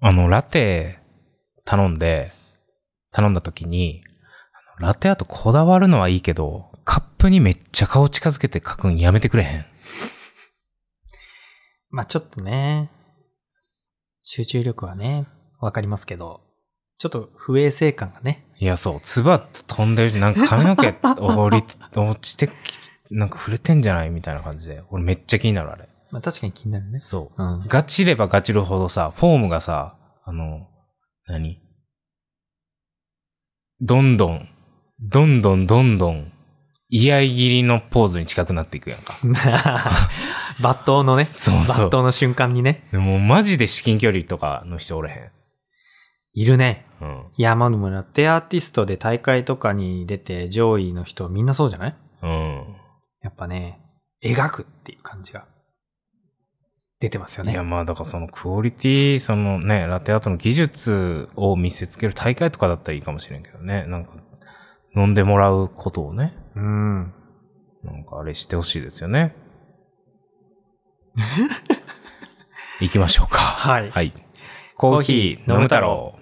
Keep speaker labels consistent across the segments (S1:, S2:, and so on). S1: あの、ラテ頼んで、頼んだ時に、あのラテアートこだわるのはいいけど、カップにめっちゃ顔近づけて書くんやめてくれへん。
S2: まあちょっとね、集中力はね、わかりますけど、ちょっと不衛生感がね。
S1: いや、そう、つば飛んでるし、なんか髪の毛折り、落ちてき、なんか触れてんじゃないみたいな感じで。俺めっちゃ気になる、あれ。
S2: まあ確かに気になるね。
S1: そうう。
S2: ん。
S1: ガチればガチるほどさ、フォームがさ、あの、何どんどん、どんどんどんどん、居合切りのポーズに近くなっていくやんか。
S2: 抜刀のね、
S1: そうそう
S2: 抜刀の瞬間にね、
S1: でもマジで至近距離とかの人おれへ
S2: いるね。
S1: ん。うん。
S2: いや、まあでもラテアーティストで大会とかに出て上位の人みんなそうじゃない
S1: うん。
S2: やっぱね、描くっていう感じが出てますよね。
S1: いや、まあ、だからそのクオリティ、そのね、ラテアートの技術を見せつける大会とかだったらいいかもしれんけどね。なんか、飲んでもらうことをね、
S2: うん。
S1: なんかあれしてほしいですよね。行きましょうか。
S2: はい
S1: はい。コーヒー飲む太郎。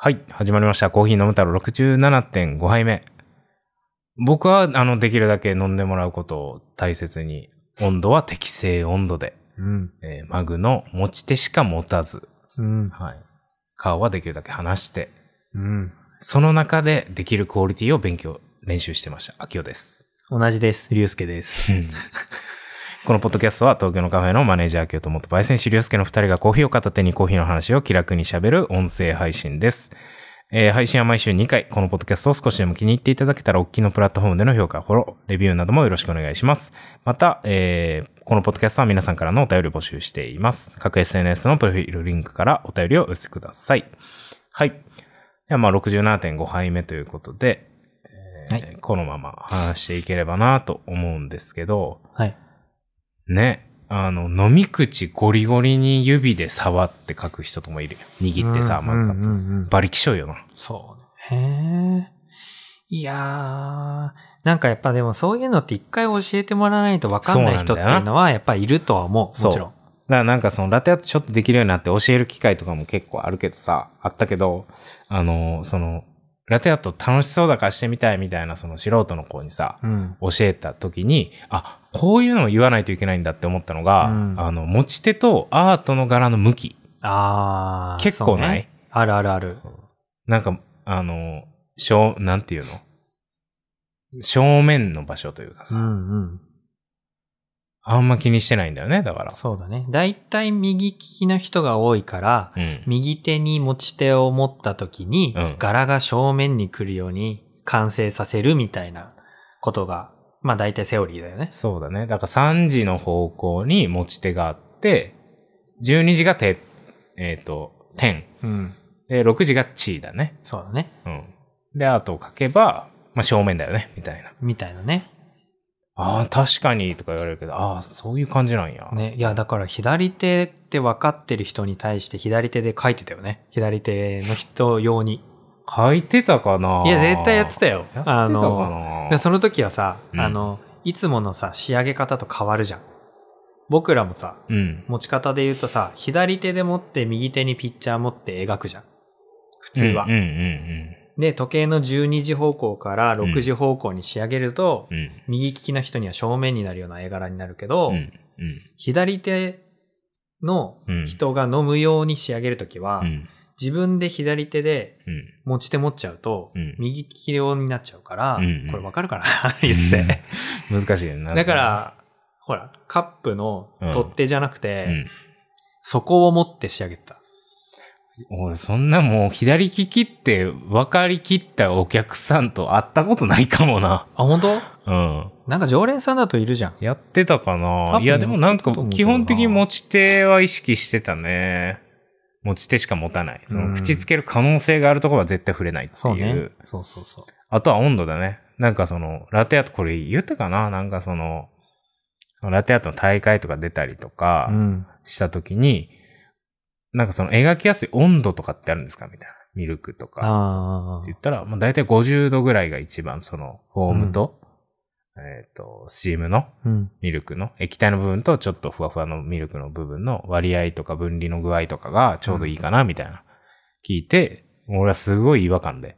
S1: はい。始まりました。コーヒー飲む太郎67.5杯目。僕は、あの、できるだけ飲んでもらうことを大切に、温度は適正温度で、
S2: うん。
S1: えーマグの持ち手しか持たず、
S2: うん。
S1: はい。顔はできるだけ離して、
S2: うん。
S1: その中でできるクオリティを勉強、練習してました。秋代です。
S2: 同じです。竜介です。
S1: このポッドキャストは東京のカフェのマネージャー秋代と元焙煎師竜介の二人がコーヒーを片手にコーヒーの話を気楽に喋る音声配信です。えー配信は毎週2回、このポッドキャストを少しでも気に入っていただけたら、おっきのプラットフォームでの評価、フォロー、レビューなどもよろしくお願いします。また、えーこのポッドキャストは皆さんからのお便りを募集しています。各 SNS のプロフィールリンクからお便りをお寄せください。はい。では、まあ、67.5杯目ということで、えー
S2: は
S1: このまま話していければなと思うんですけど、
S2: はい。
S1: ね、あの、飲み口ゴリゴリに指で触って書く人ともいるよ。握ってさ、
S2: う
S1: 漫
S2: ん
S1: 画
S2: うんうんうん
S1: 馬力しょいよな。
S2: そうね。いやー、なんかやっぱでもそういうのって一回教えてもらわないと分かんない
S1: そ
S2: 人
S1: う
S2: っ
S1: な
S2: て
S1: いんだよな
S2: うのはやっぱりいるとは思う。
S1: そう
S2: もちろん。
S1: だからなんかそのラテアートちょっとできるようになって教える機会とかも結構あるけどさ、あったけど、あの、その、ラテアート楽しそうだからしてみたいみたいなその素人の子にさ、
S2: うん。
S1: 教えた時に、あ、こういうのを言わないといけないんだって思ったのが、
S2: うん
S1: あの、持ち手とアートの柄の向き。
S2: あー。
S1: 結構ない、
S2: そうねあるあるある。
S1: なんか、あの、正、なんていうの正面の場所というか
S2: う
S1: さ、
S2: んうん。
S1: あんま気にしてないんだよね、だから。
S2: そうだね。だいたい右利きの人が多いから、
S1: うん。
S2: 右手に持ち手を持った時に、
S1: うん
S2: 柄が正面に来るように完成させるみたいなことが、まあ大体セオリーだよね。
S1: そうだね。だから3時の方向に持ち手があって、12時が手、えっ、と、点。
S2: うん。
S1: で、6時が地だね。
S2: そうだね。
S1: うん。で、アートを書けば、まあ、正面だよね、みたいな。
S2: みたいなね。
S1: ああ、確かに、とか言われるけど、ああ、そういう感じなんや。
S2: ね。いや、だから左手って分かってる人に対して左手で書いてたよね。左手の人用に。
S1: 書いてたかない
S2: や、絶対やってたよ。
S1: やってたか
S2: の、
S1: な
S2: でその時はさ、
S1: うん
S2: あの、いつものさ、仕上げ方と変わるじゃん。僕らもさ、
S1: うん。
S2: 持ち方で言うとさ、左手で持って右手にピッチャー持って描くじゃん。普通は。
S1: うんうんうん
S2: で、時計の12時方向から6時方向に仕上げると、
S1: うん。うん。
S2: 右利きの人には正面になるような絵柄になるけど、
S1: うんうん
S2: 左手の
S1: うん
S2: 人が飲むように仕上げるときは、
S1: うん
S2: 自分で左手で
S1: うん
S2: 持ち手持っちゃうと、
S1: うん
S2: 右利き用になっちゃうから、
S1: うんうん
S2: これわかるかな 言って。
S1: うん難しいよね
S2: だか、ら、ほら、カップの取っ手じゃなくて、
S1: うん、
S2: 底を持って仕上げてた。
S1: 俺そんなもう左利きって分かりきったお客さんと会ったことないかもな。
S2: あ、本当
S1: うん。
S2: なんか常連さんだといるじゃん。
S1: やってたか
S2: 多
S1: な
S2: 分
S1: いやでもなんか
S2: やってたと思うけ
S1: 基
S2: どな
S1: 本的に持ち手は意識してたね。持ち手しか持たない。その
S2: うん
S1: 口つける可能性があるところは絶対触れないって
S2: そう
S1: いう。
S2: ね。そうそうそう。
S1: あとは温度だね。なんかその、ラテアート、これ言ったかななんかその、ラテアートの大会とか出たりとか、
S2: ん。
S1: したときに、なんかその描きやすい温度とかってあるんですかみたいな。ミルクとか。
S2: あ
S1: っ
S2: あ
S1: て。言ったら、まあ、大体50度ぐらいが一番その、フォームと、えっ、と、スチームの
S2: うん。
S1: ミルクの、液体の部分とちょっとふわふわのミルクの部分の割合とか分離の具合とかがちょうどいいかな、みたいな。聞いて、俺はすごい違和感で。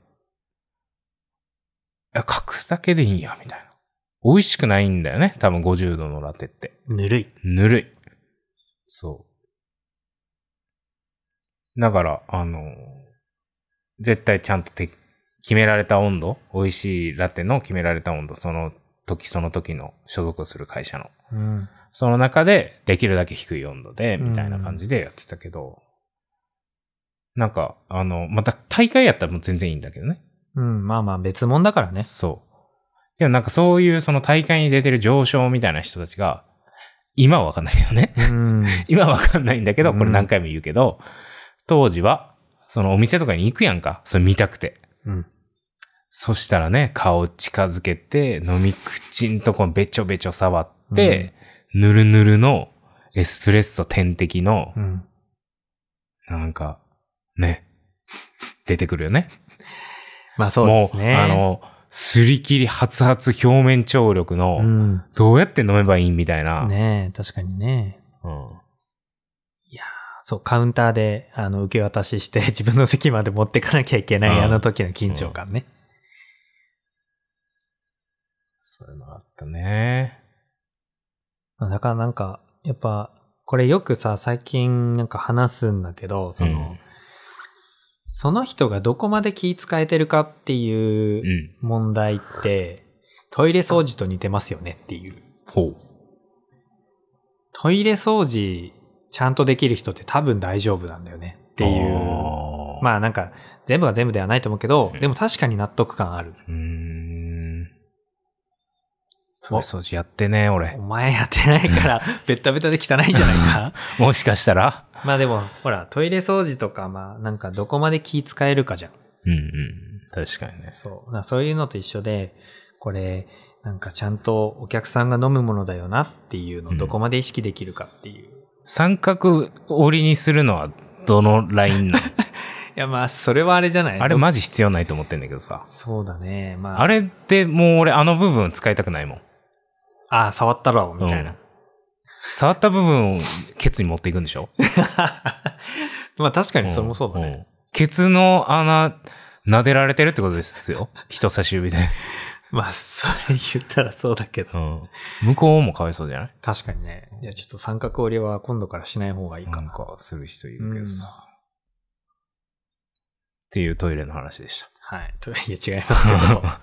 S1: いや、書くだけでいいんや、みたいな。美味しくないんだよね。多分50度のラテって。
S2: ぬるい。
S1: ぬるい。そう。だから、あの、絶対ちゃんとて決められた温度、美味しいラテの決められた温度、その時その時の所属する会社の。
S2: うん。
S1: その中でできるだけ低い温度で、みたいな感じでやってたけど、なんか、あの、また大会やったらもう全然いいんだけどね。
S2: うん。まあまあ別物 だからね。
S1: そう。でもなんかそういうその大会に出てる上昇みたいな人たちが、今はわかんないけどね。
S2: うん。
S1: 今はわかんないんだけど、こ
S2: う
S1: れ
S2: ん
S1: 何回も言うけど、当時は、そのお店とかに行くやんか。それ見たくて。
S2: うん。
S1: そしたらね、顔近づけて、飲み口んとこべちょべちょ触って、ぬるぬるのエスプレッソ点滴の
S2: う、ん。
S1: なんか、ね、出てくるよね。
S2: まあそうですね。
S1: もう、あ、の、すり切り発発表面張力
S2: う
S1: の、
S2: ん。
S1: どうやって飲めばいいみたいな。
S2: ねえ、確かにね。
S1: うん
S2: そう、カウンターで、あの、受け渡しして、 自分の席まで持ってかなきゃいけない、
S1: うん
S2: あの時の緊張感ね。
S1: そういうのがあったね。
S2: まあだからなんか、やっぱ、これよくさ、最近なんか話すんだけど、その、
S1: うん
S2: その人がどこまで気使えてるかって
S1: う。
S2: いうん問題って、トイレ掃除と似てますよねっていう。
S1: ほう。
S2: トイレ掃除ちゃんとできる人って多分大丈夫なんだよねっていう。
S1: ああ。
S2: まあなんか、全部が全部ではないと思うけど
S1: うん、
S2: でも確かに納得感ある。
S1: うーん。トイレ掃除やってね、俺
S2: お。前やってない から、ベッタベタで汚いんじゃないか
S1: もしかしたら
S2: まあでも、ほら、トイレ掃除とか、まあなんかどこまで気使えるかじゃん。
S1: うんうん。確かにね。
S2: そう。なそういうのと一緒で、これ、なんかちゃんとお客さんが飲むものだよなっていうの
S1: う
S2: を
S1: ん
S2: どこまで意識できるかっていう。い
S1: 三角折りにするのはどのラインなの
S2: やまあ、それはあれじゃな い
S1: あれ
S2: ど
S1: マジ必要ないと思ってんだけどさ。
S2: そうだね。まあ。
S1: あれってもう俺あの部分使いたくないもん。
S2: ああ、触ったろ、みたいな。
S1: うん触った部分をケツに持っていくんでしょ
S2: まあ確かにそれもそうだ
S1: ん
S2: ね。
S1: んケツの穴、撫でられてるってことですよ。人差し指で。
S2: まあ、それ言ったらそうだけど
S1: う。ん。向こうもかわいそうじゃない
S2: 確かにね。じゃあちょっと三角折りは今度からしない方がいい
S1: な
S2: か
S1: ん
S2: な。
S1: かする人いるけどさ。っていうトイレの話でした。
S2: はい。とはいえ違いますけど。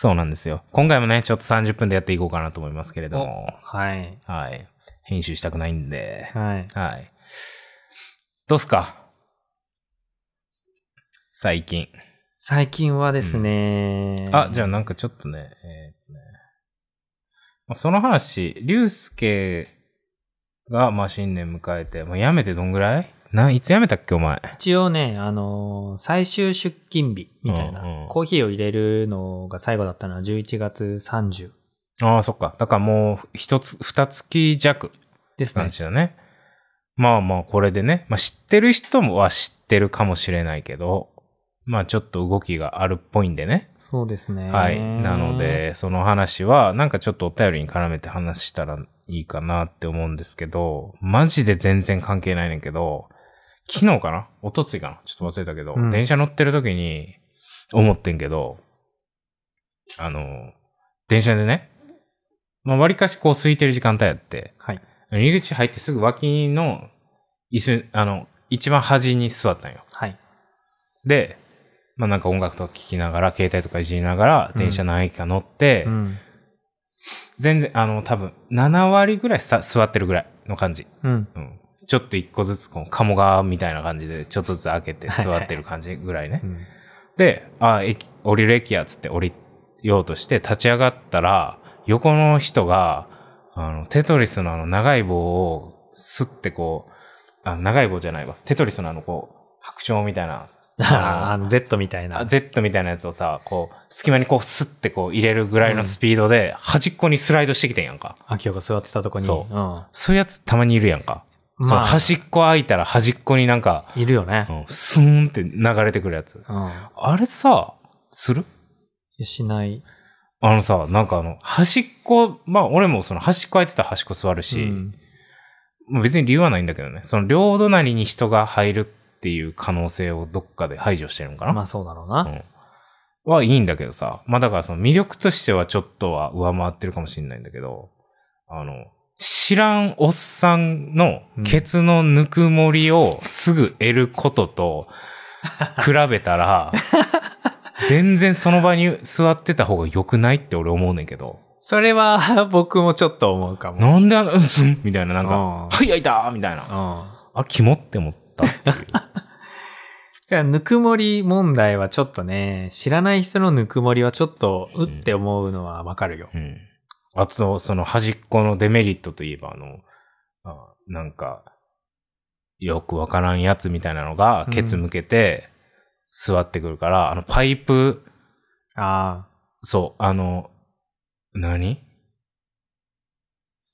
S1: そうなんですよ。今回もね、ちょっと30分でやっていこうかなと思いますけれども。
S2: はい。
S1: はい。編集したくないんで。
S2: はい。
S1: はい。どうっすか最近。
S2: 最近はですね、
S1: あ、じゃあなんかちょっとね、えーとねまあその話、竜介が、まあ、新年迎えて、まあ、辞めてどんぐらいなん、いつ辞めたっけ、お前。
S2: 一応ね、あのー最終出勤日みたいな、
S1: うんうん
S2: コーヒーを入れるのが最後だったのは11月30
S1: ああ、そっか。だからもう、一つ、二月弱
S2: です
S1: なん
S2: ね
S1: で。すよね。まあまあ、これでね。まあ、知ってる人もは知ってるかもしれないけど、まあ、ちょっと動きがあるっぽいんでね。
S2: そうですね。
S1: はい。なの、で、その話は、なんかちょっとお便りに絡めて話したらいいかなって思うんですけど、マジで全然関係ないねんけど、昨日かな一昨日かなちょっと忘れたけど、
S2: うん
S1: 電車乗ってる時に思ってんけど、あの、電車でね、まあ、割かしこう空いてる時間帯やって、
S2: はい。
S1: 入り口入ってすぐ脇の椅子、あの、一番端に座ったんよ。
S2: はい。
S1: で、まあなんか音楽とか聴きながら、携帯とかいじりながら、電車何駅か乗って、
S2: うん。
S1: 全然、あの、多分、7割ぐらいさ座ってるぐらいの感じ。
S2: うん。
S1: うん。ちょっと一個ずつ、この鴨川みたいな感じで、ちょっとずつ開けて座ってる感じぐらいね
S2: う。ん
S1: で、あ、駅、降りる駅や、つって降りようとして、立ち上がったら、横の人が、あの、テトリスのあの、長い棒を、すってこう、あ、長い棒じゃないわ。テトリスのあの、こう、白鳥みたいな。
S2: あの、Z みたい
S1: あ
S2: な。
S1: Z みたいなやつをさ、こう、隙間にこう、スッてこう、入れるぐらいのスピードで、端っこにスライドしてきてんやんか。
S2: 秋代が座ってたとこに。
S1: そう
S2: うん。
S1: そういうやつたまにいるやんか。その
S2: まあ、
S1: 端っこ開いたら端っこになんか、
S2: いるよね
S1: う。ん、スーンって流れてくるやつ。
S2: うん。
S1: あれさ、する
S2: しない。
S1: あのさ、なんかあの、端っこ、まあ俺もその端っこ空いてたら端っこ座るし、
S2: うん
S1: もう別に理由はないんだけどね。その両隣に人が入るっていう可能性をどっかで排除してるのかな、
S2: まあそうだろうな。
S1: うん、はいいんだけどさ。まあだからその魅力としてはちょっとは上回ってるかもしれないんだけど、あの、知らんおっさんのケツのぬくもりをすぐ得ることと比べたら、全然その場に座ってた方が良くないって俺思うねんけど。
S2: それは 僕もちょっと思うかも。
S1: なんであの、うんすんみたいな、なんか、
S2: うん
S1: はい、開いたみたいな。
S2: うん。
S1: あ、キモって思ったっていう。
S2: じゃあ、ぬくもり問題はちょっとね、知らない人のぬくもりはちょっと、うって思うのはわかるよ。
S1: うん。あと、その端っこのデメリットといえば、あの、あなんか、よくわからんやつみたいなのが
S2: う、ん
S1: ケツ向けて座ってくるから、あの、パイプ、
S2: あ
S1: そう、あの、何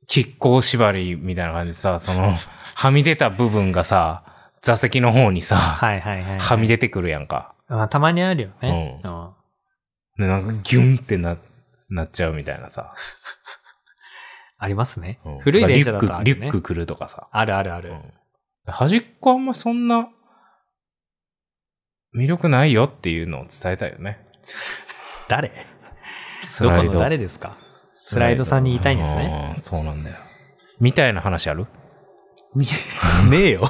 S1: 亀甲縛りみたいな感じでさ、その、はみ出た部分がさ、座席の方に
S2: あ、
S1: さ、
S2: はいはいはい、
S1: はみ出てくるやんか。
S2: まあ、たまにあるよね。
S1: う
S2: う
S1: で、
S2: ん
S1: なんかギュンってな、なっちゃうみたいなさ。
S2: ありますね
S1: うん。
S2: 古い電車だとある
S1: リュ
S2: よ
S1: ッ
S2: ね。
S1: ク、リュック来るとかさ。
S2: あるあるある。
S1: うん端っこあんまそんな魅力ないよっていうのを伝えたいよね。
S2: 誰
S1: ス
S2: どこ
S1: ライ
S2: の
S1: ド。
S2: 誰ですか
S1: ス
S2: ライドさんに言いたいんですね
S1: ね。そうなんだよ。みたいな話ある
S2: みねえよ。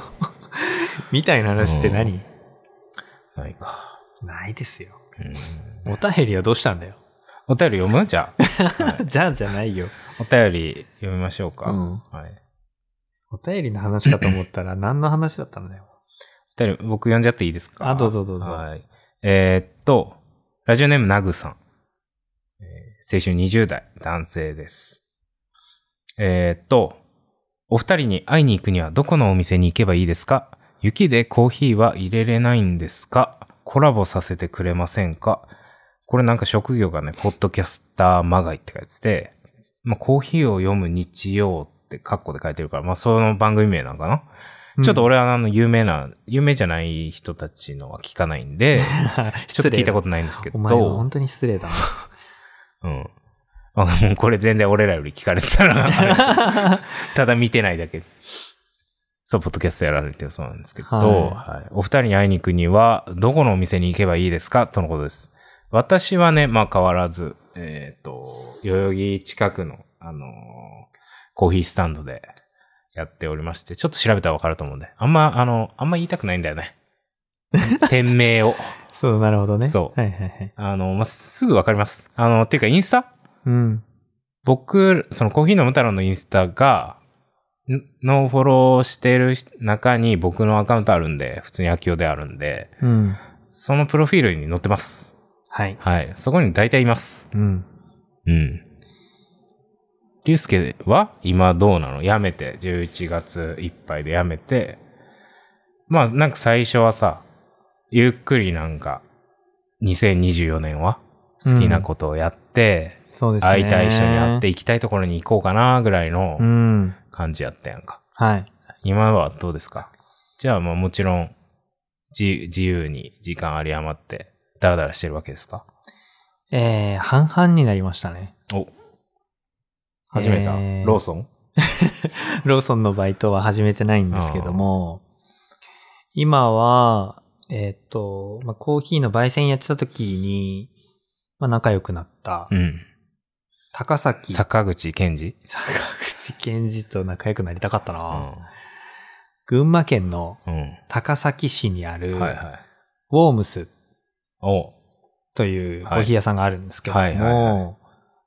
S2: みたいな話って何、
S1: ないか。
S2: ないですよ。
S1: うん
S2: お便りはどうしたんだよ。
S1: お便り読むじゃあ。
S2: じゃあじゃないよ。
S1: お便り読みましょうか。
S2: うん
S1: はい、
S2: お便りの話かと思った ら何の話だったんだよ。
S1: お便り僕読んじゃっていいですか
S2: あどうぞどうぞ
S1: はい。えーっと、ラジオネームなぐさん。えー青春20代、男性です。えーっと、お二人に会いに行くにはどこのお店に行けばいいですか雪でコーヒーは入れれないんですかコラボさせてくれませんかこれなんか職業がね、ポッドキャスターまがいって書いてて、まあ、コーヒーを読む日曜ってカッコで書いてるから、まあ、その番組名なのかな、ちょっと
S2: うん、
S1: 俺はあの、有名な、有名じゃない人たちのは聞かないん で、ちょっと聞いた
S2: こ
S1: ことないんですけど、
S2: お前は本当に失礼だな。
S1: うん。あもうこれ全然俺らより聞かれてたらあれ、 ただ見てないだけ。そう、ポッドキャストやられてるそうなんですけど、
S2: は
S1: はいお二人に会いに行くには、どこのお店に行けばいいですかとのことです。私はね、まあ変わらず、えっ、と、代々木近くの、あのーコーヒースタンドでやっておりまして、ちょっと調べたらわかると思うんで、あんま、あの、あんま言いたくないんだよね。店名を。
S2: そう、なるほどね。
S1: そう
S2: はいはいはい。
S1: あの、まあ、すぐわかります。あの、っていうかインスタ
S2: うん。
S1: 僕、そのコーヒー飲む太郎のインスタが、んのフォローしてる中に僕のアカウントあるんで、普通に秋代であるんで、
S2: うん。
S1: そのプロフィールに載ってます。
S2: はい。
S1: はい。そこに大体います。
S2: うん。
S1: うん。竜介は今どうなのやめて、11月いっぱいでやめて、まあなんか最初はさ、ゆっくりなんか、2024年は好きなことをやって、
S2: そうですね。
S1: 会いたい人に会って行きたいところに行こうかなぐらいの
S2: うん。
S1: 感じやったやんか。
S2: はい。
S1: 今はどうですかじゃあまあもちろん自自由に時間あり余ってダラダラしてるわけですか
S2: えー、半々になりましたね。
S1: お始めた、
S2: えー
S1: ローソン
S2: ローソンのバイトは始めてないんですけども、今は、えーっと、まあ、コーヒーの焙煎やってた時に、まあ、仲良くなった、
S1: うん。
S2: 高崎、
S1: 坂口健二
S2: 坂口健二と仲良くなりたかった
S1: う
S2: な、
S1: ん。
S2: 群馬県の
S1: うん。
S2: 高崎市にある、
S1: はいはい。
S2: ウォームス
S1: お
S2: というコーヒー屋さんがあるんですけども、
S1: はいはいはいは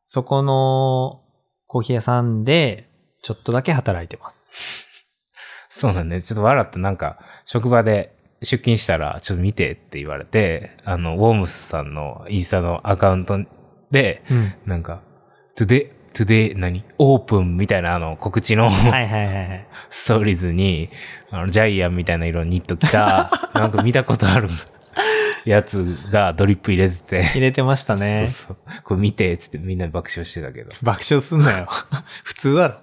S2: そこのコーヒー屋さんで、ちょっとだけ働いてます。
S1: そうなんで、ちょっと笑ってなんか職場で出勤したらちょっと見てって言われて、あの、ウォームスさんのインスタのアカウントで、
S2: うん。
S1: なんか、today, today 何オープンみたいなあの告知の
S2: はいはいはいはい。
S1: ストーリーズに、あの、ジャイアンみたいな色のニット着 た、なんか見たことあるやつがドリップ入れてて、
S2: 入れてましたね。
S1: そう そう。これ見て、つってみんな爆笑してたけど。
S2: 爆笑すんなよ。普通だろ。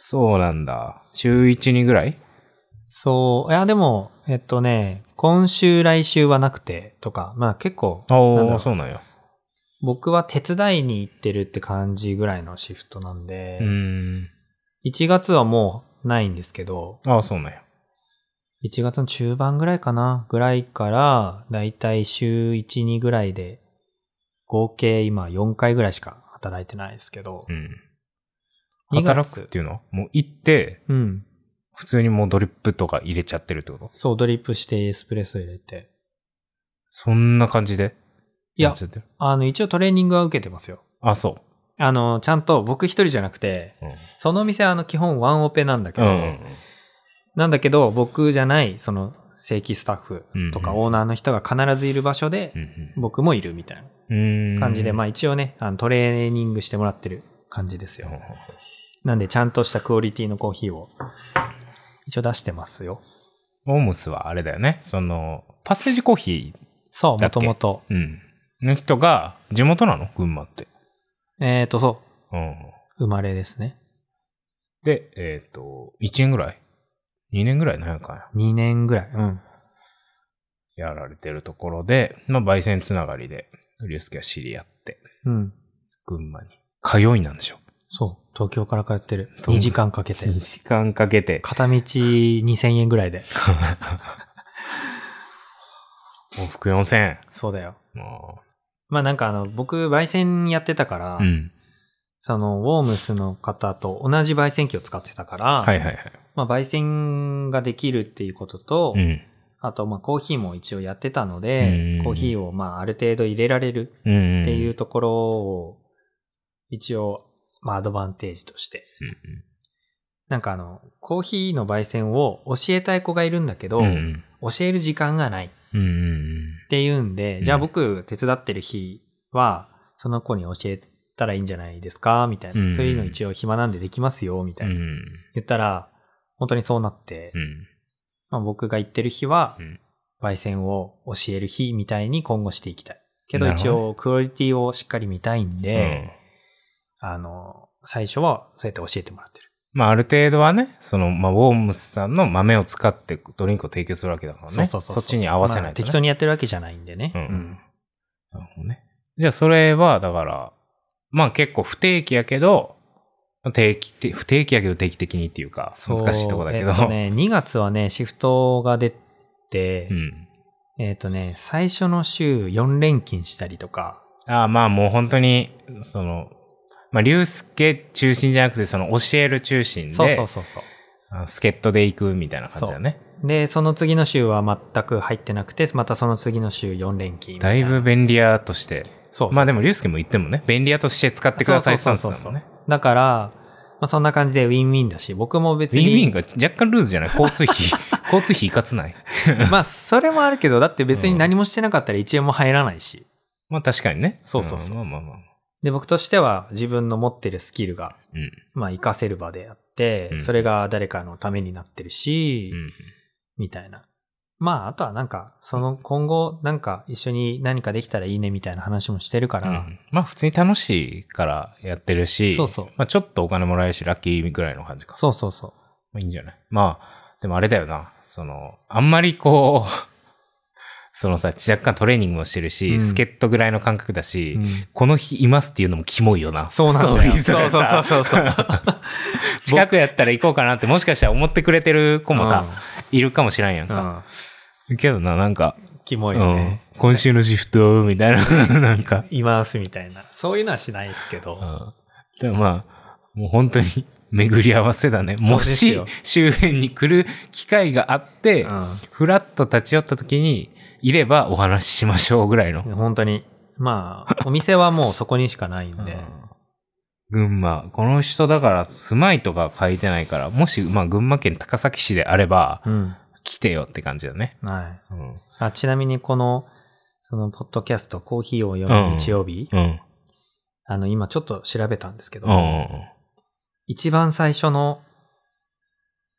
S1: そうなんだ。週1、2ぐらい
S2: そう、いや、でも、えっとね、今週、来週はなくて、とか、まあ結構、なんだ
S1: お
S2: ろ
S1: お
S2: う
S1: そうなんや。
S2: 僕は手伝いに行ってるって感じぐらいのシフトなんで、
S1: うーん。
S2: 1月はもうないんですけど、
S1: ああ、そうなんや。
S2: 1月の中盤ぐらいかなぐらいから、だいたい週1、2ぐらいで、合計今4回ぐらいしか働いてないですけど、
S1: うん。
S2: 2月
S1: 働くっていうのはもう行って、
S2: うん。
S1: 普通にもうドリップとか入れちゃってるってこと
S2: そう、ドリップしてエスプレッソ入れて。
S1: そんな感じで
S2: いや
S1: っちゃってる
S2: あの、一応トレーニングは受けてますよ。
S1: あ、そ
S2: あの、ちゃんと僕一人じゃなくて、
S1: う。うん。
S2: その店はあの基本ワンオペなんだけ
S1: う
S2: ど、
S1: んうん
S2: なんだけど僕じゃないその正規スタッフとか
S1: うんうん
S2: オーナーの人が必ずいる場所で
S1: うん
S2: 僕もいるみたい
S1: うん。うーん
S2: な感じで、まあ一応ね、あのトレーニングしてもらってる感じです
S1: うんうん
S2: よ。なんでちゃんとしたクオリティのコーヒーを一応出してますよ。
S1: オムスはあれだよね。その、パッセージコーヒ
S2: そう、
S1: だ
S2: も
S1: っけ
S2: ともと。
S1: ー、うん。の人が、地元なの群馬って。
S2: えっ、と、そ
S1: うん。
S2: う、生まれですね。
S1: で、えっ、と、1年ぐらい ?2 年ぐらいなんやかんや。
S2: 2年ぐらい。うん。
S1: やられてるところで、まあ、焙煎つながりで、リュウスケは知り合って、
S2: うん。
S1: 群馬に。通いなんでしょ。
S2: そう、東京から通ってる。
S1: どん
S2: 2時間かけて。
S1: 時間かけて、
S2: 片道2000円ぐら いで。
S1: 往復4000
S2: そうだよ。
S1: 円。も
S2: まあなんかあの、僕、焙煎やってたから、
S1: ううん。
S2: その、ウォームスの方と同じ焙煎機を使ってたから、
S1: はいはいはい。
S2: まあ焙煎ができるっていうことと、
S1: うん。
S2: あとまあコーヒーも一応やってたので
S1: う、ん
S2: コーヒーをまあある程度入れられる
S1: うん。
S2: っていうところを、一応、まあアドバンテージとして。なんかあの、コーヒーの焙煎を教えたい子がいるんだけど、
S1: うん。うん。
S2: 教える時間がないっ
S1: うん。うん。
S2: ていうんで、
S1: うん
S2: じゃあ僕手伝ってる日は、その子に教えたらいいんじゃないですかみたいな、
S1: うん
S2: そういうの一応暇なんでできますよ、みた
S1: う
S2: いな。
S1: ん。
S2: 言ったら、本当にそうなって、
S1: うん。
S2: まあ、僕が行ってる日は、
S1: うん
S2: 焙煎を教える日みたいに今後していきたい。けど
S1: なるほ
S2: 一
S1: ど
S2: 応クオリティをしっかり見たいんで、あの、最初はそうやって教えてもらってる。
S1: まあ、ある程度はね、その、まあ、ウォームスさんの豆を使ってドリンクを提供するわけだからね。っちに合わせ
S2: ま
S1: な
S2: あ
S1: いと、ね
S2: 適当にやってるわけじゃないんでね。
S1: うんなるほどね。じゃあ、それは、だから、まあ結構不定期やけど、定期的、不定期やけど定期的にっていうか、
S2: そう
S1: 難しいとこだけど。
S2: えっとね、2月はね、シフトが出て、
S1: うん。
S2: えっとね、最初の週4連勤したりとか、
S1: ああ、まあもう本当に、その、まあ、竜介中心じゃなくて、その教える中心で、
S2: そうそうそうそう。
S1: あ助っ人で行くみたいな感じだね。
S2: で、その次の週は全く入ってなくて、またその次の週4連勤みた
S1: だ
S2: い
S1: い
S2: な。
S1: ぶ便利屋として。
S2: そうそうそう
S1: まあでも竜介も言ってもね、便利屋として使ってくださいスタンスだもんね。
S2: だから、まあ、そんな感じでウィンウィンだし、僕も別
S1: ウィ
S2: に。
S1: ンウィンが若干ルーズじゃない交通 費、交通費いかつない。
S2: まあ、それもあるけど、だって別に何もしてなかったら1円も入らないし。
S1: まあ確かにね。
S2: そうそうそうん
S1: まあまあまあ。
S2: で、僕としては自分の持ってるスキルが、
S1: うん。
S2: まあ、活かせる場であって、
S1: うん
S2: それが誰かのためになってるし、
S1: うん
S2: みたいな。まあ、あとはなんか、その今後、なんか一緒に何かできたらいいねみたいな話もしてるか
S1: う
S2: ら、
S1: んまあ普通に楽しいからやってるし、
S2: そうそう
S1: まあちょっとお金もらえるし、ラッキーぐらいの感じか。
S2: そうそうそう。
S1: まあいいんじゃないまあ、でもあれだよな。その、あんまりこう、 そのさ、若干トレーニングもしてるし、
S2: うん
S1: 助っ人ぐらいの感覚だし、
S2: うん
S1: この日いますっていうのもキモいよな。
S2: そうなんだよ。
S1: ストーリーとかさ
S2: そうそうそ うそう。
S1: 近くやったら行こうかなって、もしかしたら思ってくれてる子もさ、いるかもしらんやん
S2: う
S1: か。
S2: ん。
S1: けどな、なんか、
S2: キモ
S1: う
S2: いよね。
S1: ん、今週のシフト、みたいな、 なんか。
S2: いますみたいな。そういうのはしないですけど。
S1: うんでもまあ、もう本当に 巡り合わせだね。もし
S2: そうで
S1: 周辺に来る機会があって、
S2: うん
S1: ふらっと立ち寄った時に、いればお話ししましょうぐらいの。
S2: 本当に。まあ、お店はもうそこにしかないんで。
S1: 群馬、この人だから住まいとか書いてないから、もし、まあ群馬県高崎市であれば、
S2: うん。
S1: 来てよって感じだね。
S2: は
S1: う
S2: い。
S1: ん。
S2: あ、ちなみにこの、その、ポッドキャスト、コーヒーを読む日曜日、
S1: うん。
S2: あの、今ちょっと調べたんですけど、
S1: うんうん
S2: 一番最初の、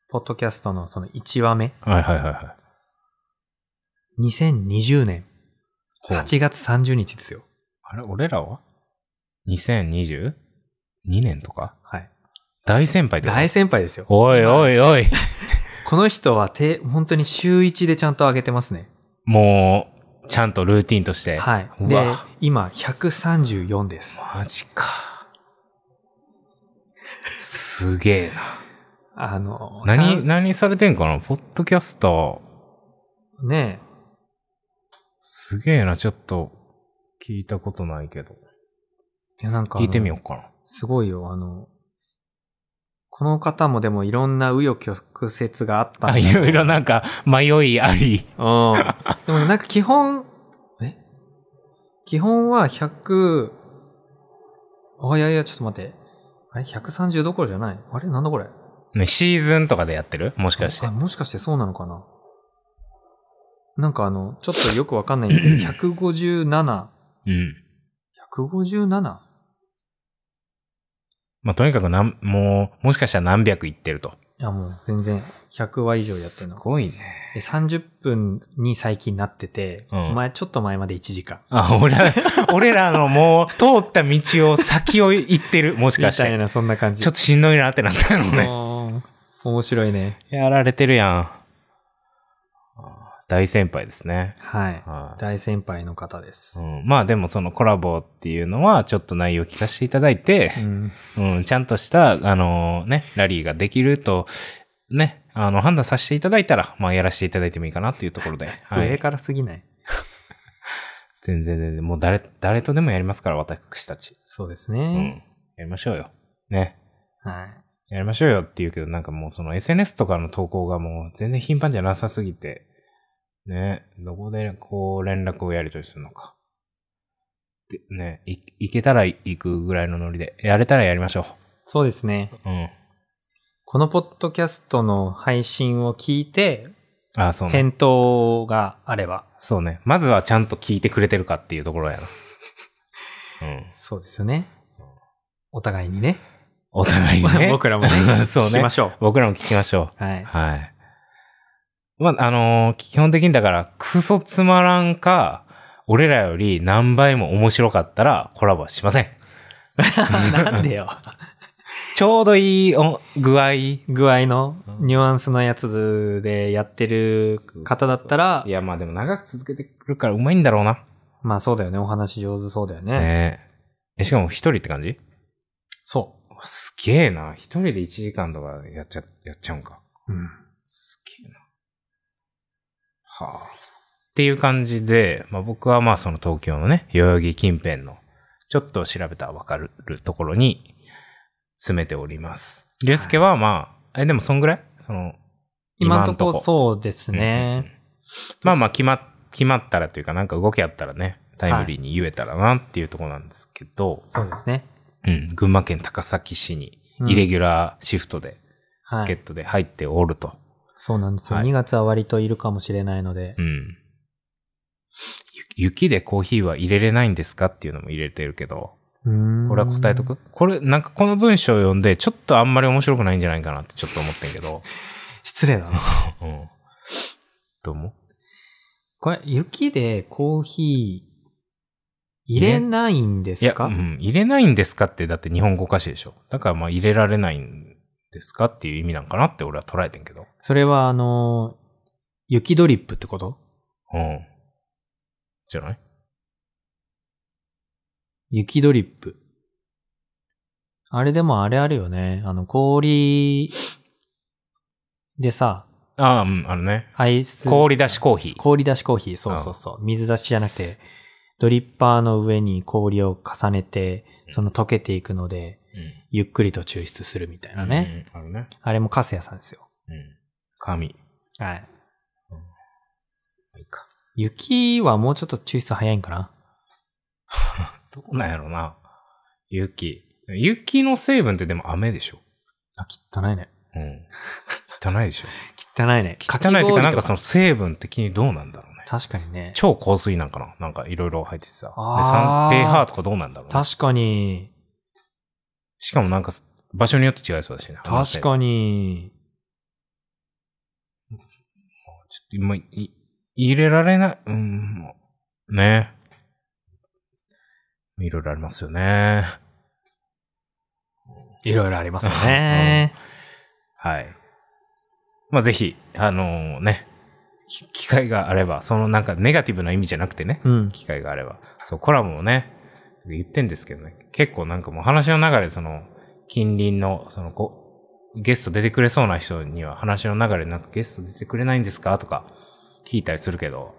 S2: ポッドキャストのその1話目、
S1: うん。はいはいはいは
S2: 2020年
S1: い。
S2: 8月30日ですよ。
S1: あれ、俺らは ?2022 年とか
S2: はい。
S1: 大先輩ってこと
S2: 大先輩ですよ。
S1: おいおいおい。
S2: この人はて、本当に週1でちゃんと上げてますね。
S1: もう、ちゃんとルーティンとして。
S2: はい。
S1: う
S2: で
S1: わ、
S2: 今、134です。
S1: マジか。すげえな。
S2: あの、ちゃ
S1: 何、
S2: ん
S1: 何されてんかなポッドキャスター。
S2: ねえ
S1: すげえな。ちょっと、聞いたことないけど。
S2: いやなんかあ
S1: 聞
S2: の
S1: いてみようかな。
S2: すごいよ、あの、この方もでもいろんな紆余曲折があったん
S1: あ、
S2: だ
S1: いろいろなんか、迷いあり。
S2: うん。でもなんか基本、え基本は100、あ、いやいや、ちょっと待って。あれ ?130 どころじゃないあれなんだこれ
S1: ね、シーズンとかでやってるもしかして
S2: あ、。もしかしてそうなのかななんかあの、ちょっとよくわかんないん だけど、157、
S1: うん。
S2: 157?
S1: まあ、とにかくなん、もう、もしかしたら何百いってると。
S2: いやもう全然、100話以上やってるの。
S1: ごいね。
S2: で30分に最近なってて、
S1: うん
S2: 前、ちょっと前まで1時間。
S1: あ、俺ら、俺らのもう、通った道を先を行ってる。もしかし
S2: みたい
S1: て。
S2: な、そんな感じ。
S1: ちょっとしんどいなってなったのね。
S2: ね。面白いね。
S1: やられてるやん。あー大先輩ですね。
S2: はい。
S1: はい
S2: 大先輩の方です
S1: う。ん、まあでもそのコラボっていうのはちょっと内容聞かせていただいて
S2: う、ん。
S1: うん、ちゃんとした、あのね、ラリーができると、ね、あの、判断させていただいたら、まあやらせていただいてもいいかなっていうところで、は
S2: 上
S1: い。
S2: からすぎない。
S1: 全然全然、もう誰、誰とでもやりますから、私たち。
S2: そうです
S1: う
S2: ね。
S1: ん。やりましょうよ。ね。
S2: はい。
S1: やりましょうよって言うけど、なんかもうその SNS とかの投稿がもう全然頻繁じゃなさすぎて、ね、どこでこう連絡をやり取りするのか。でね、い、行けたら行くぐらいのノリで、やれたらやりましょ
S2: そうですね。
S1: う。うん。
S2: このポッドキャストの配信を聞いて、
S1: あ、そうね。
S2: 返答があれば。
S1: そうね。まずはちゃんと聞いてくれてるかっていうところやな。 うん。
S2: そうですよね。お互いにね。
S1: お互いにね。。
S2: 僕らもね
S1: そう
S2: 聞き
S1: ね
S2: ま。しょ
S1: 僕らも聞きましょう。
S2: う。 はい。
S1: はい。まあ、あのー基本的にだから、クソつまらんか、俺らより何倍も面白かったらコラボはしません。
S2: なんでよ。
S1: ちょうどいいお具合。い
S2: 具合のニュアンスのやつでやってる方だったら、
S1: や、まあでも長く続けてくるからうまいんだろうな。
S2: まあそうだよね。お話上手そうだよね。
S1: ねえ。えしかも一人って感じ
S2: そ
S1: すげえな。一人で1時間とかやっちゃ、やっちゃうんか。
S2: う。うん。
S1: すげえな。はあ。っていう感じで、まあ僕はまあその東京のね、代々木近辺の、ちょっと調べたらわかるところに、詰めております。竜介はまあ、え、でもそんぐらいその、
S2: 今んとこ
S1: 今ん
S2: そうです
S1: うんうんうん
S2: ね。
S1: まあまあ決まっ、決まったらというかなんか動きあったらね、タイムリーに言えたらなっていうところなんですけど、
S2: そうですね。
S1: うん、群馬県高崎市に、
S2: うん
S1: イレギュラーシフトで、
S2: は
S1: 助っ
S2: い。
S1: 人で入っておると。
S2: そうなんですよ。
S1: はい
S2: 2月は割といるかもしれないので
S1: う。ん。ゆ雪でコーヒーは入れれないんですかっていうのも入れてるけど、
S2: うーん
S1: これは答えとくこれ、なんかこの文章を読んで、ちょっとあんまり面白くないんじゃないかなってちょっと思ってんけど、
S2: 失礼だな。
S1: うん。どうも
S2: これ、雪でコーヒー入れないんで
S1: い
S2: す
S1: や、
S2: か、
S1: うん、入れないんですかって、だって日本語おかしいでしょ。だからまあ入れられないんですかっていう意味なんかなって俺は捉えてんけど。
S2: それはあのー、雪ドリップってこと
S1: うん。じゃない
S2: 雪ドリップ。あれでもあれあるよね。あの、氷でさ、
S1: ああ、うん、あのね。
S2: アイス。
S1: 氷出しコーヒー。
S2: 氷出しコーヒー、そうそうそう。水出しじゃなくて、ドリッパーの上に氷を重ねて、その溶けていくので、ゆっくりと抽出するみたいなね。
S1: うん。あるね。
S2: あれもカスヤさんですよ。
S1: うん。紙。
S2: はい。
S1: いいか。
S2: 雪はもうちょっと抽出早いんかな
S1: どうなんやろな。雪。雪の成分ってでも雨でしょ。
S2: あ、汚いね。
S1: うん。汚いでしょ。
S2: 汚い
S1: 汚いっ
S2: ね。
S1: ていう
S2: かき
S1: か、
S2: 氷
S1: なんかその成分的にどうなんだろうね。
S2: 確かにね。
S1: 超香水なんかななんかいろいろ入っててさ。で、
S2: あー
S1: 酸 pH とかどうなんだろう、ね、
S2: 確かに、
S1: しかもなんか場所によって違いそうだしね。
S2: 確
S1: に。
S2: かに、
S1: ちょっと今、い入れられない。うん。もうね。いろいろありますよね。
S2: いろいろありますよね。
S1: はい。まあ、ぜひ、あのね、き機会があれば、そのなんかネガティブな意味じゃなくてね、
S2: うん。
S1: 機会があれば。そう、コラボをね、言ってんですけどね、結構なんかもう話の流れ、その、近隣の、その、こゲスト出てくれそうな人には話の流れなんかゲスト出てくれないんですかとか聞いたりするけど、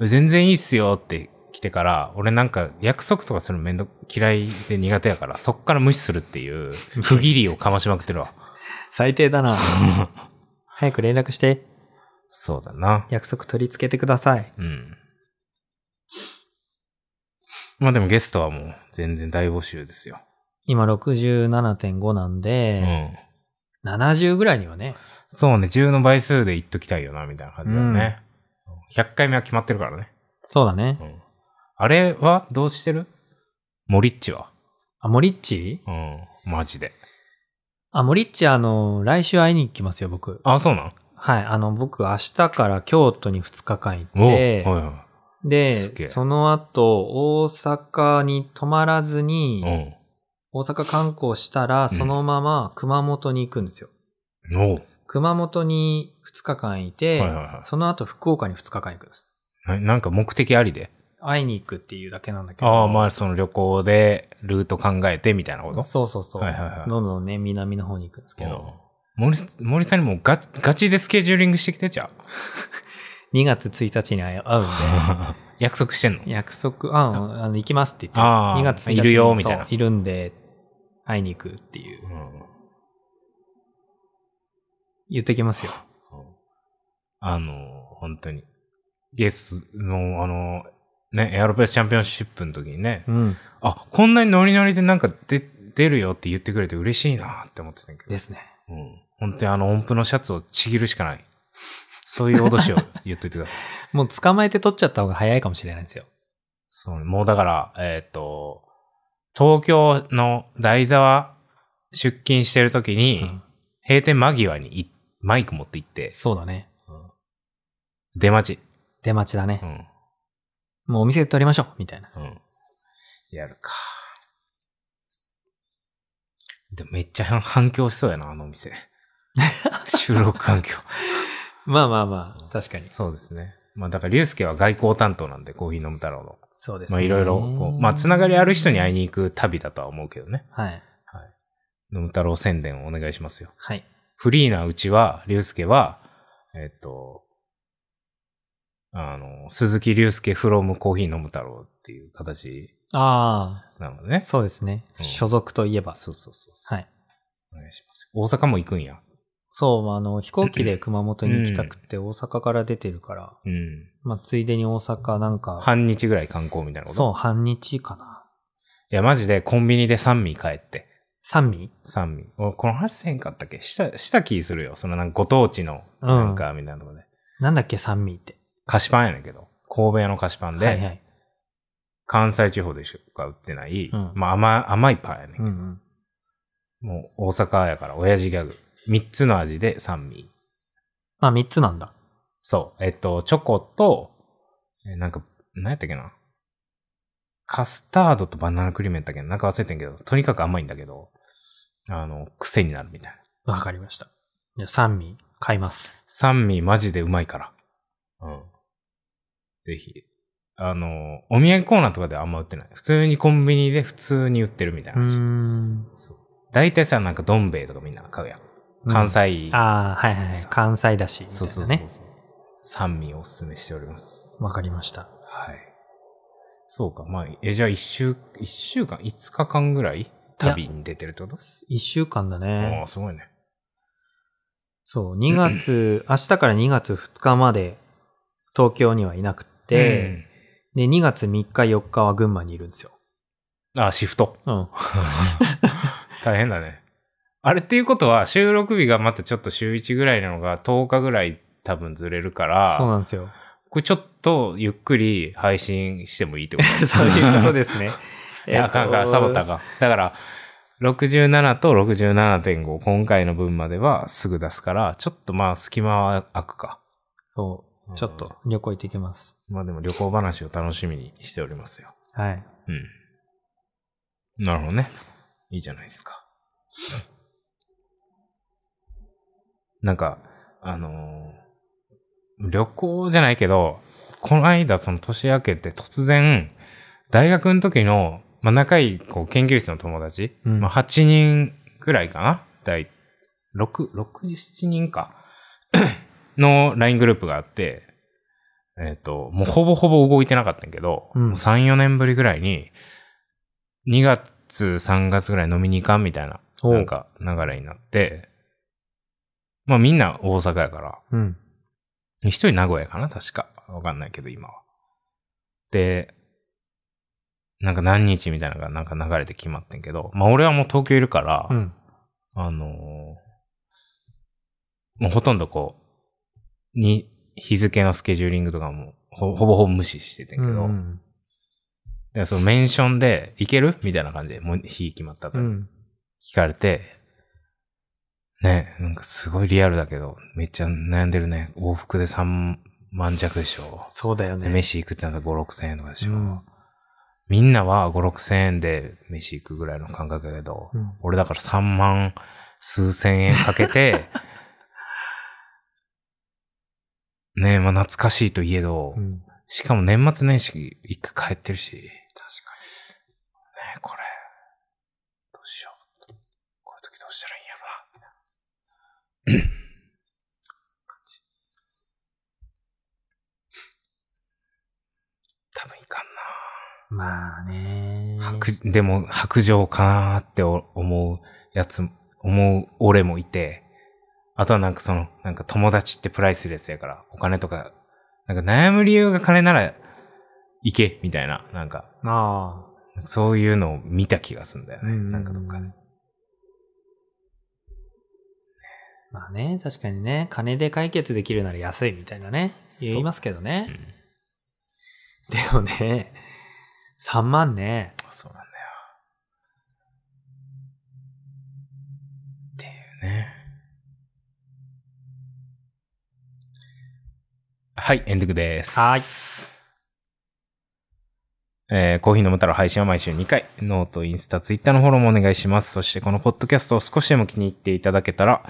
S1: 全然いいっすよって来てから、俺なんか約束とかするのめんど嫌いで苦手やから、そっから無視するっていう不義理をかましまくってるわ。
S2: 最低だな。 早く連絡して、
S1: そうだな。
S2: 約束取り付けてください。
S1: うん。まあでもゲストはもう全然大募集ですよ。
S2: 今67.5なん
S1: う
S2: で、
S1: ん。
S2: 70ぐらいにはね、
S1: そうね、10の倍数で言っときたいよな、みたいな感じだよね。100回目は決まってるからね。
S2: そうだね
S1: う。ん。あれはどうしてるモリッチは。
S2: あ、モリッチ
S1: うん。マジで。
S2: あ、モリッチ、あの、来週会いに行きますよ、僕。
S1: あ、そうなん
S2: はい、あの、僕、明日から京都に2日間
S1: お
S2: 行
S1: う
S2: って、
S1: はいはすげえ
S2: で、その後、大阪に泊まらず
S1: い。
S2: に、
S1: うん。
S2: 大阪観光したら、そのまま熊本に行くんですよ。
S1: おう
S2: 熊本に2日間いて、
S1: はいはいはい
S2: その後福岡に2日間行くんです。
S1: ななんか目的ありで。
S2: 会いに行くっていうだけなんだけど。
S1: ああ、まあその旅行でルート考えてみたいなこと
S2: そうそうそう。
S1: はいはいはい
S2: どんどんね、南の方に行くんですけど。
S1: うん森森さんにもうガガチでスケジューリングしてきてちゃう
S2: 2月1日に会うん
S1: 約束してんの
S2: で、約束、あ、うんあの行きますって言って、
S1: あー
S2: 2月1日に
S1: いるよ
S2: そう
S1: みたいない
S2: るんで、会いに行くっていう。言ってきま すよ。
S1: あの、本当に。ゲスの、あの、ね、エアロプレスチャンピオンシップの時にね、
S2: うん。
S1: あ、こんなにノリノリでなんか出、出るよって言ってくれて嬉しいなって思ってたんやけど。
S2: ですね。
S1: うん。本当にあの音符のシャツをちぎるしかない。そういう脅しを言っといてください。
S2: もう捕まえて取っちゃった方が早いかもしれないですよ。
S1: そう、もうだから、えーっ、と、東京の台座出勤してる時に、
S2: うん
S1: 閉店間際にいマイク持って行って、
S2: そうだね。
S1: 出待ち。
S2: 出待ちだね
S1: う。ん。
S2: もうお店で取りましょうみたいな。
S1: うん。やるか。でもめっちゃ反反響しそうやな、あのお 店。収録環境。
S2: まあまあまあ、確かに。
S1: そうですね。まあだから、竜介は外交担当なんで、コーヒー飲む太郎の。
S2: そうですね。
S1: まあいろいろ、こう、まあつながりある人に会いに行く旅だとは思うけどね。
S2: はい。
S1: 飲む太郎宣伝をお願いしますよ。
S2: はい。
S1: フリーなうちは、竜介は、えっと、あの、鈴木竜介フロムコーヒー飲む太郎っていう形
S2: あ
S1: なのでね
S2: あ、。そうですね。
S1: うん
S2: 所属といえば。
S1: そうそうそうそう。
S2: はい。
S1: お願いします。大阪も行くんや。
S2: そう、あの、飛行 機で熊本に行きたくて、大阪から出てるから、
S1: うん。
S2: まあ、ついでに大阪なんか、
S1: 半日ぐらい観光みたいなこと
S2: そう、半日かな。
S1: いや、マジでコンビニで三味買えって。
S2: 三味
S1: 三味。俺、この話せんかったっけした、した気するよ。そのなんかご当地の、
S2: うん
S1: なんか、みたいなとこで。
S2: なんだっけ、三味って。
S1: 菓子パンやねんけど。神戸屋の菓子パンで、
S2: はいはい。
S1: 関西地方でしか売ってない、
S2: うん
S1: まあ甘い、甘いパンやねんけ
S2: う
S1: ど
S2: んうん。
S1: もう大阪やから親父ギャグ。三つの味で三味。
S2: まあ、三つなんだ。
S1: そう。えっと、チョコと、えなんか、何やったっけな。カスタードとバナナクリームやったっけななんか忘れてんけど、とにかく甘いんだけど、あの、癖になるみたいな。
S2: わかりました。じゃあ、三味買います。
S1: 酸味マジでうまいから。うん。ぜひ。あの、お土産コーナーとかではあんま売ってない。普通にコンビニで普通に売ってるみたいうな感じ。
S2: ん。
S1: そう。大体さ、なんかどん兵衛とかみんな買うやん。関西。
S2: ああ、はいはいはい
S1: そう。
S2: 関西だし、みたいなね。
S1: そうそうそうそう。酸味をおすすめしております。
S2: わかりました。
S1: はい。そうか、まあ、え、じゃあ一週、一週間、五日間ぐらい旅に出てるってこと
S2: 一週間だ
S1: あ
S2: ね
S1: あ、。すごいね。
S2: そう、2月、 明日から2月2日まで東京にはいなくて、で、2月3日4日は群馬にいるんですよ。
S1: うん、ああ、シフト。
S2: うん。
S1: 大変だね。あれっていうことは、収録日がまたちょっと週1ぐらいなのが10日ぐらい多分ずれるから、
S2: そうなんです よ。
S1: これちょっとゆっくり配信してもいいってこと
S2: そういうことです ね。
S1: いや、あかんあかん、サボったらあ
S2: か。
S1: かん。だから、67と67.5、今回の分まではすぐ出すから、ちょっとまあ隙間は空くか。
S2: そう、ちょっと旅行行ってきます。
S1: まあでも旅行話を楽しみにしておりますよ。
S2: はい。
S1: うん。なるほどね。いいじゃないですか。なんか、あのー旅行じゃないけど、この間その年明けて突然、大学の時の、まあ、仲いいこう研究室の友達、
S2: うん
S1: まあ、8人くらいかな大、6、6、7人か。 の LINE グループがあって、えっ、と、もうほぼほぼ動いてなかったんやけど、
S2: うん
S1: もう3、4年ぶりぐらいに、2月、3月ぐらい飲みに行かんみたいな、
S2: おう
S1: なんか流れになって、まあみんな大阪やから、
S2: うん。
S1: 一人名古屋かな確か。わかんないけど、今は。で、なんか何日みたいなのがなんか流れて決まってんけど、まあ俺はもう東京いるから、
S2: うん。
S1: あのーもうほとんどこう、に、日付のスケジューリングとかもほほぼほぼ無視しててんけど、
S2: うん
S1: でそのメンションで行けるみたいな感じで、もう日決まったと
S2: う。ん。
S1: 聞かれて、ね、なんかすごいリアルだけど、めっちゃ悩んでるね。往復で3万弱でしょ。
S2: そうだよ
S1: で、
S2: ね。
S1: 飯行くってなったら5、6千円とかでし
S2: う
S1: ょ。
S2: ん。
S1: みんなは5、6千円で飯行くぐらいの感覚だけど、
S2: うん
S1: 俺だから3万数千円かけ て、ねえ、まあ懐かしいといえど、
S2: うん
S1: しかも年末年始一回帰ってるし。確かに。ねえ、これ。どうしよう。こういう時どうしたらいいんやろな。 感じ多分いかんな。
S2: まあね。
S1: 白、でも白状かなーってお思うやつ、思う俺もいて、あとはなんかその、なんか友達ってプライスレスやから、お金とか、なんか悩む理由が金なら、いけ、みたいな、なんか、
S2: あ
S1: そういうのを見た気がするんだよ
S2: あ。
S1: ね。なんかどっかで。
S2: まあね、確かにね、金で解決できるなら安いみたいなね、言いますけど
S1: う
S2: ね。
S1: ん。
S2: でもね、3万ね。
S1: そうなんだよ。っていうね。はい、エンディングです。
S2: はい。
S1: えーコーヒー飲む太郎配信は毎週2回、ノート、インスタ、ツイッターのフォローもお願いします。そしてこのポッドキャストを少しでも気に入っていただけたら、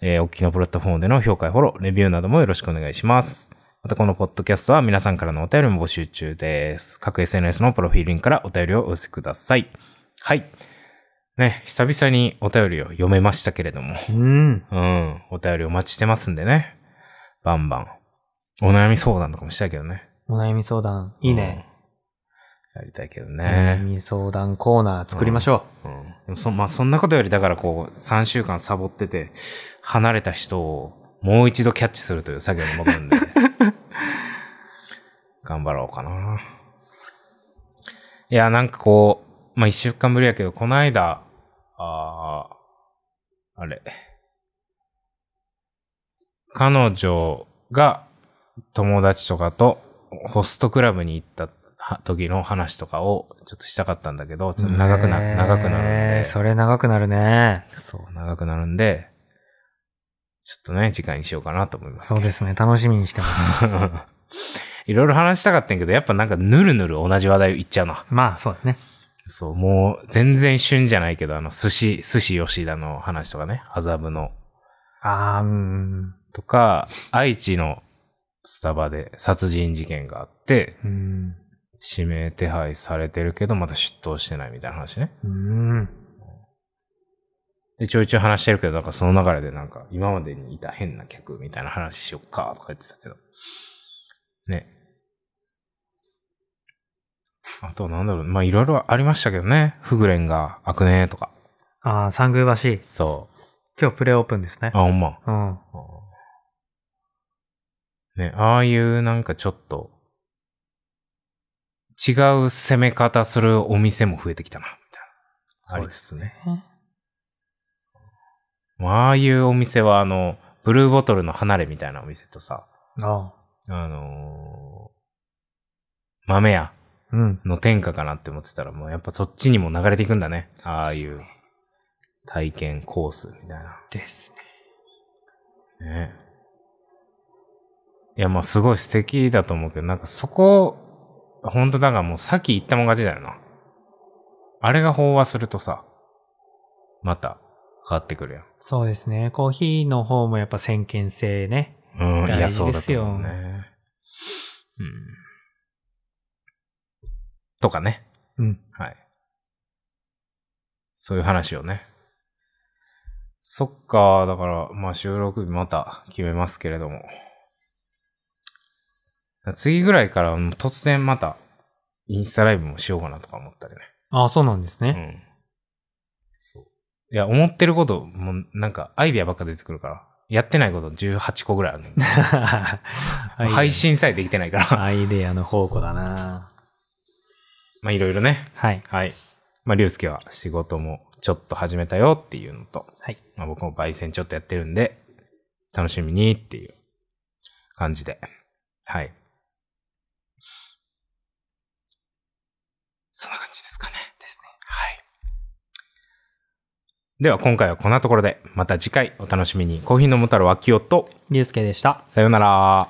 S1: えー、お聞きのプラットフォームでの評価やフォロー、レビューなどもよろしくお願いします。またこのポッドキャストは皆さんからのお便りも募集中です。各 SNS のプロフィールリンクからお便りをお寄せください。はい。ね、久々にお便りを読めましたけれども、
S2: うん。
S1: うん、お便りお待ちしてますんでね。バンバン。お悩み相談とかもしたいけどね。
S2: お悩み相談、いいね。
S1: うん。やりたいけど
S2: お悩
S1: ね。
S2: み相談コーナー作りましょ
S1: うん。でもそ、まあ、そんなことより、だからこう、3週間サボってて、離れた人をもう一度キャッチするという作業に戻るんで。 頑張ろうかな。いや、なんかこう、まあ、1週間ぶりやけど、この間、あーあれ。彼女が友達とかとホストクラブに行ったは時の話とかをちょっとしたかったんだけど、
S2: う。
S1: ちょっと長くな、
S2: ねえ
S1: 長くなるんで。
S2: それ長くなるね。
S1: そう、長くなるんで、ちょっとね、次回にしようかなと思います
S2: そう
S1: けど。
S2: ですね、楽しみにしてます。
S1: いろいろ話したかったんやけど、やっぱなんかぬるぬる同じ話題言っちゃうな。
S2: まあ、そうだね。
S1: そう、もう全然旬じゃないけど、あの、寿司、寿司吉田の話とかね、麻布の。
S2: ああ、うん。
S1: とか、愛知のスタバで殺人事件があって、
S2: うん。
S1: 指名手配されてるけど、まだ出頭してないみたいな話ね。
S2: うん。
S1: で、ちょいちょい話してるけど、なんかその流れでなんか、今までにいた変な客みたいな話しよっか、とか言ってたけど。ね。あと、なんだろう、まあ、いろいろありましたけどね。フグレンが開くねとか。
S2: ああ、三宮橋。
S1: そ
S2: 今日プレオープンですね
S1: う。。あ、ほんま。
S2: うん。
S1: ね、ああいうなんかちょっと、違う攻め方するお店も増えてきたな、みたいな。ありつつね。まあああいうお店は、あの、ブルーボトルの離れみたいなお店とさ、
S2: ああ。
S1: あのー豆屋
S2: うん。
S1: の天下かなって思ってたら、もうやっぱそっちにも流れていくんだね。ああいう体験コースみたいな。
S2: ですね。
S1: ねいや、まあすごい素敵だと思うけど、なんかそこ、ほんとだからもうさっき言ったもん勝ちだよな。あれが飽和するとさ、また変わってくるよ。
S2: そうですね。コーヒーの方もやっぱ先見性ね。
S1: うん、いや、
S2: 大
S1: そ
S2: 事
S1: う
S2: で
S1: だ
S2: す
S1: と
S2: よ
S1: 思うね。うん。とかね。
S2: うん。
S1: はい。そういう話をね。そっか、だから、まあ収録日また決めますけれども。次ぐらいからもう突然またインスタライブもしようかなとか思ったりね。
S2: ああ、そうなんです
S1: う
S2: ね。
S1: ん。そう。いや、思ってること、もうなんかアイディアばっか出てくるから。やってないこと18個ぐらいあるねん配信さえできてない から。
S2: アイデアの宝庫だな
S1: まあいろいろね。
S2: はい。
S1: はい。まあ、りゅうすけは仕事もちょっと始めたよっていうのと、
S2: はい。
S1: まあ、僕も焙煎ちょっとやってるんで、楽しみにっていう感じで。はい。そんな感じですかね。ですね。はい。では今回はこんなところで、また次回お楽しみに。コーヒーのもたろわきおと、
S2: りゅうすけでした。
S1: さよなら。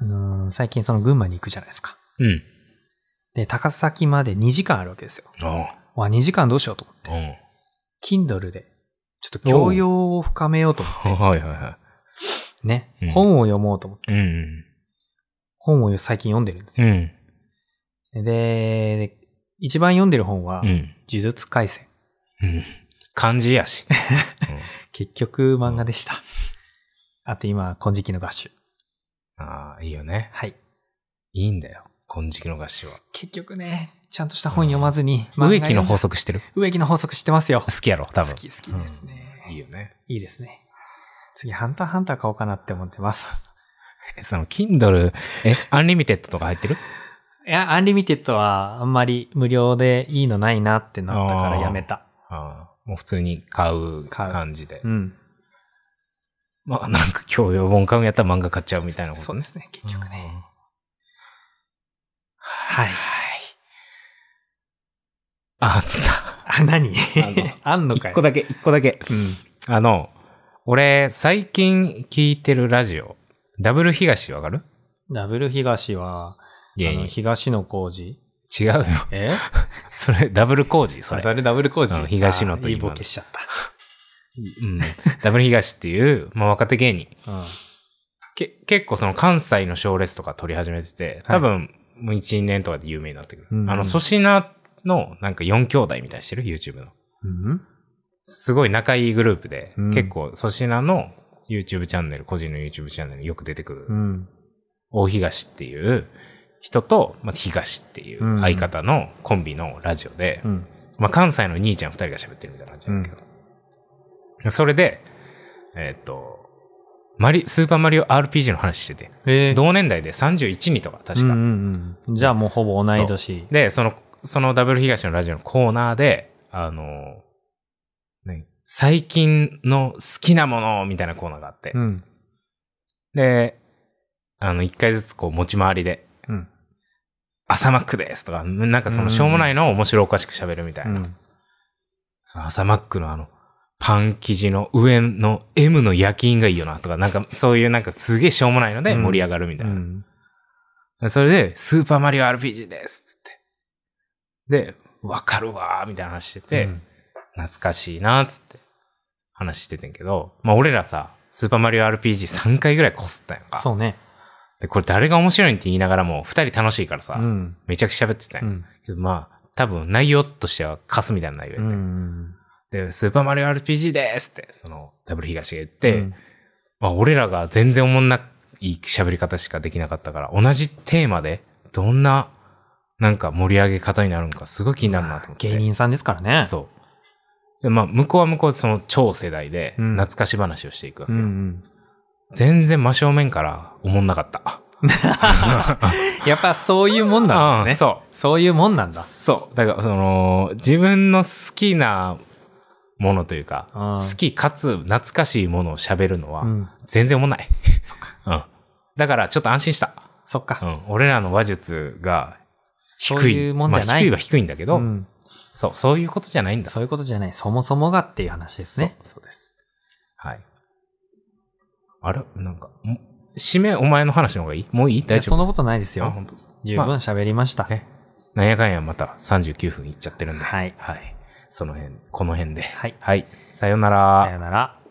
S2: うーん、最近その群馬に行くじゃないですか。
S1: うん。
S2: で、高崎まで2時間あるわけですよ。
S1: あ
S2: わ、2時間どうしようと思って。
S1: あ。うん。
S2: Kindle で、ちょっと教養を深めようと思っ
S1: はいはいは
S2: てね
S1: うん。
S2: 本を読もうと思って。
S1: い。うん
S2: 本を最近読んでるんです
S1: うん。
S2: よ。
S1: うん。
S2: で、一番読んでる本は、
S1: う
S2: 呪
S1: ん。
S2: 術廻戦。
S1: うん。漢字やし。
S2: 結局漫画でした。あと今、金色の合衆。
S1: ああ、いいよね。
S2: はい。
S1: いいんだよ。金色の合唱は。
S2: 結局ね、ちゃんとした本読まずに、
S1: 植木の法
S2: 則。
S1: 則してる
S2: 植木の法則知ってますよ
S1: 好。きやろ、多分。
S2: 好き好きですね。
S1: うんいいよね。
S2: いいですね。次、ハンターハンター買おうかなって思ってます。
S1: えその、Kindle、え、アンリミテッドとか入ってる
S2: いや、アンリミテッドはあんまり無料でいいのないなってなったからやめた。
S1: ああ、もう普通に買う
S2: 買う
S1: 感じで
S2: う。ん。
S1: まあ、なんか教養本買うんやったら漫画買っちゃうみたいなこと。
S2: そうですね、結局ね。
S1: うん。
S2: はい。
S1: あ、つった。
S2: あ、何あんのか
S1: 一
S2: い
S1: 個だけ、一個だけ。
S2: うん。
S1: あの、俺、最近聞いてるラジオ、ダブル東わかる
S2: ダブル東は、あ
S1: 芸
S2: の、
S1: 人。
S2: 東野工事。
S1: 違うよ。
S2: え
S1: それ、ダブル工事、それ。
S2: ダブル工事
S1: うん。東野と
S2: あいい
S1: 今の
S2: ボケしちゃっ
S1: うん。ダブル東っていう、まあ、若手芸人。
S2: た。うん。
S1: け結構その関西の賞レースとか取り始めてて、多分もう1、2年とかで有名になってくる。
S2: うん
S1: あの、粗品のなんか4兄弟みたいにしてる ?YouTube の。
S2: うん
S1: すごい仲いいグループで、
S2: うん
S1: 結構粗品の YouTube チャンネル、個人の YouTube チャンネルによく出てくる、
S2: うん。
S1: 大東っていう人と、まあ、東っていう相方のコンビのラジオで、
S2: うん。
S1: まあ、関西の兄ちゃん2人が喋ってるみたいな感じなんだけど、それで、えーっ、と、マリ、スーパーマリオ RPG の話してて、
S2: えー
S1: 同年代で31人とか確
S2: うん
S1: か、
S2: うんうん。じゃあもうほぼ同い年。
S1: でそのそのダブル東のラジオのコーナーであの何最近の好きなものみたいなコーナーがあって、
S2: ん。
S1: であの1回ずつこう持ち回りで
S2: うん。
S1: 「朝マックです」とかなんかそのしょうもないのを面白おかしく喋るみたいうな、
S2: ん。
S1: その朝マックのあのパン生地の上の M の焼き印がいいよなとかなんかそういうなんかすげえしょうもないので盛り上がるみたいな、それで、スーパーマリオ RPG ですっつって。で、わかるわーみたいな話してて、
S2: うん
S1: 懐かしいなーっつって話しててんけど、まあ俺らさ、スーパーマリオ RPG3 回ぐらいこすったやんか。
S2: そうね。
S1: で、これ誰が面白いんって言いながらも、2人楽しいからさ、
S2: うん。
S1: めちゃくちゃ喋ってた
S2: うん
S1: や、
S2: ん。
S1: けどまあ、多分内容としてはカスみたいな内容や
S2: う
S1: っ
S2: ん
S1: て、
S2: うん。
S1: で、スーパーマリオ RPG ですって、その、ダブル東が言って、
S2: うん
S1: まあ、俺らが全然おもんない喋り方しかできなかったから、同じテーマで、どんな、なんか盛り上げ方になるのか、すごい気になるなと思って。
S2: 芸人さんですからね。
S1: そう。で、まあ、向こうは向こうでその超世代で、
S2: うん
S1: 懐かし話をしていくわけ
S2: う
S1: よ、
S2: んうん。
S1: 全然真正面からおもんなかった。
S2: やっぱそういうもんなんですね。
S1: うん
S2: そういうもんなんだ
S1: そう。。そう。だから、その、自分の好きなものというか、
S2: うん
S1: 好きかつ懐かしいものを喋るのは
S2: う、ん。
S1: 全然おもんない。
S2: そっか。
S1: うん。だから、ちょっと安心した。
S2: そっ
S1: う
S2: か。
S1: ん、俺らの話術が低い。
S2: そういうもんじゃ
S1: まあ
S2: な
S1: 低い
S2: い。
S1: は低いんだけど、
S2: うん
S1: そう、そういうことじゃないんだ。
S2: そういうことじゃない。そもそもがっていう話ですね。
S1: そう。そうです。はい。あれなんか、ん締めお前の話の方がいいもういい
S2: いや
S1: 大丈夫
S2: そんなことないです
S1: あ
S2: よ。
S1: 本当
S2: 十分喋りました。
S1: ね。なんやかんやまた39分いっちゃってるんで。
S2: はい
S1: はい。その辺、この辺で。
S2: はい。
S1: はい。さようなら
S2: さよなら。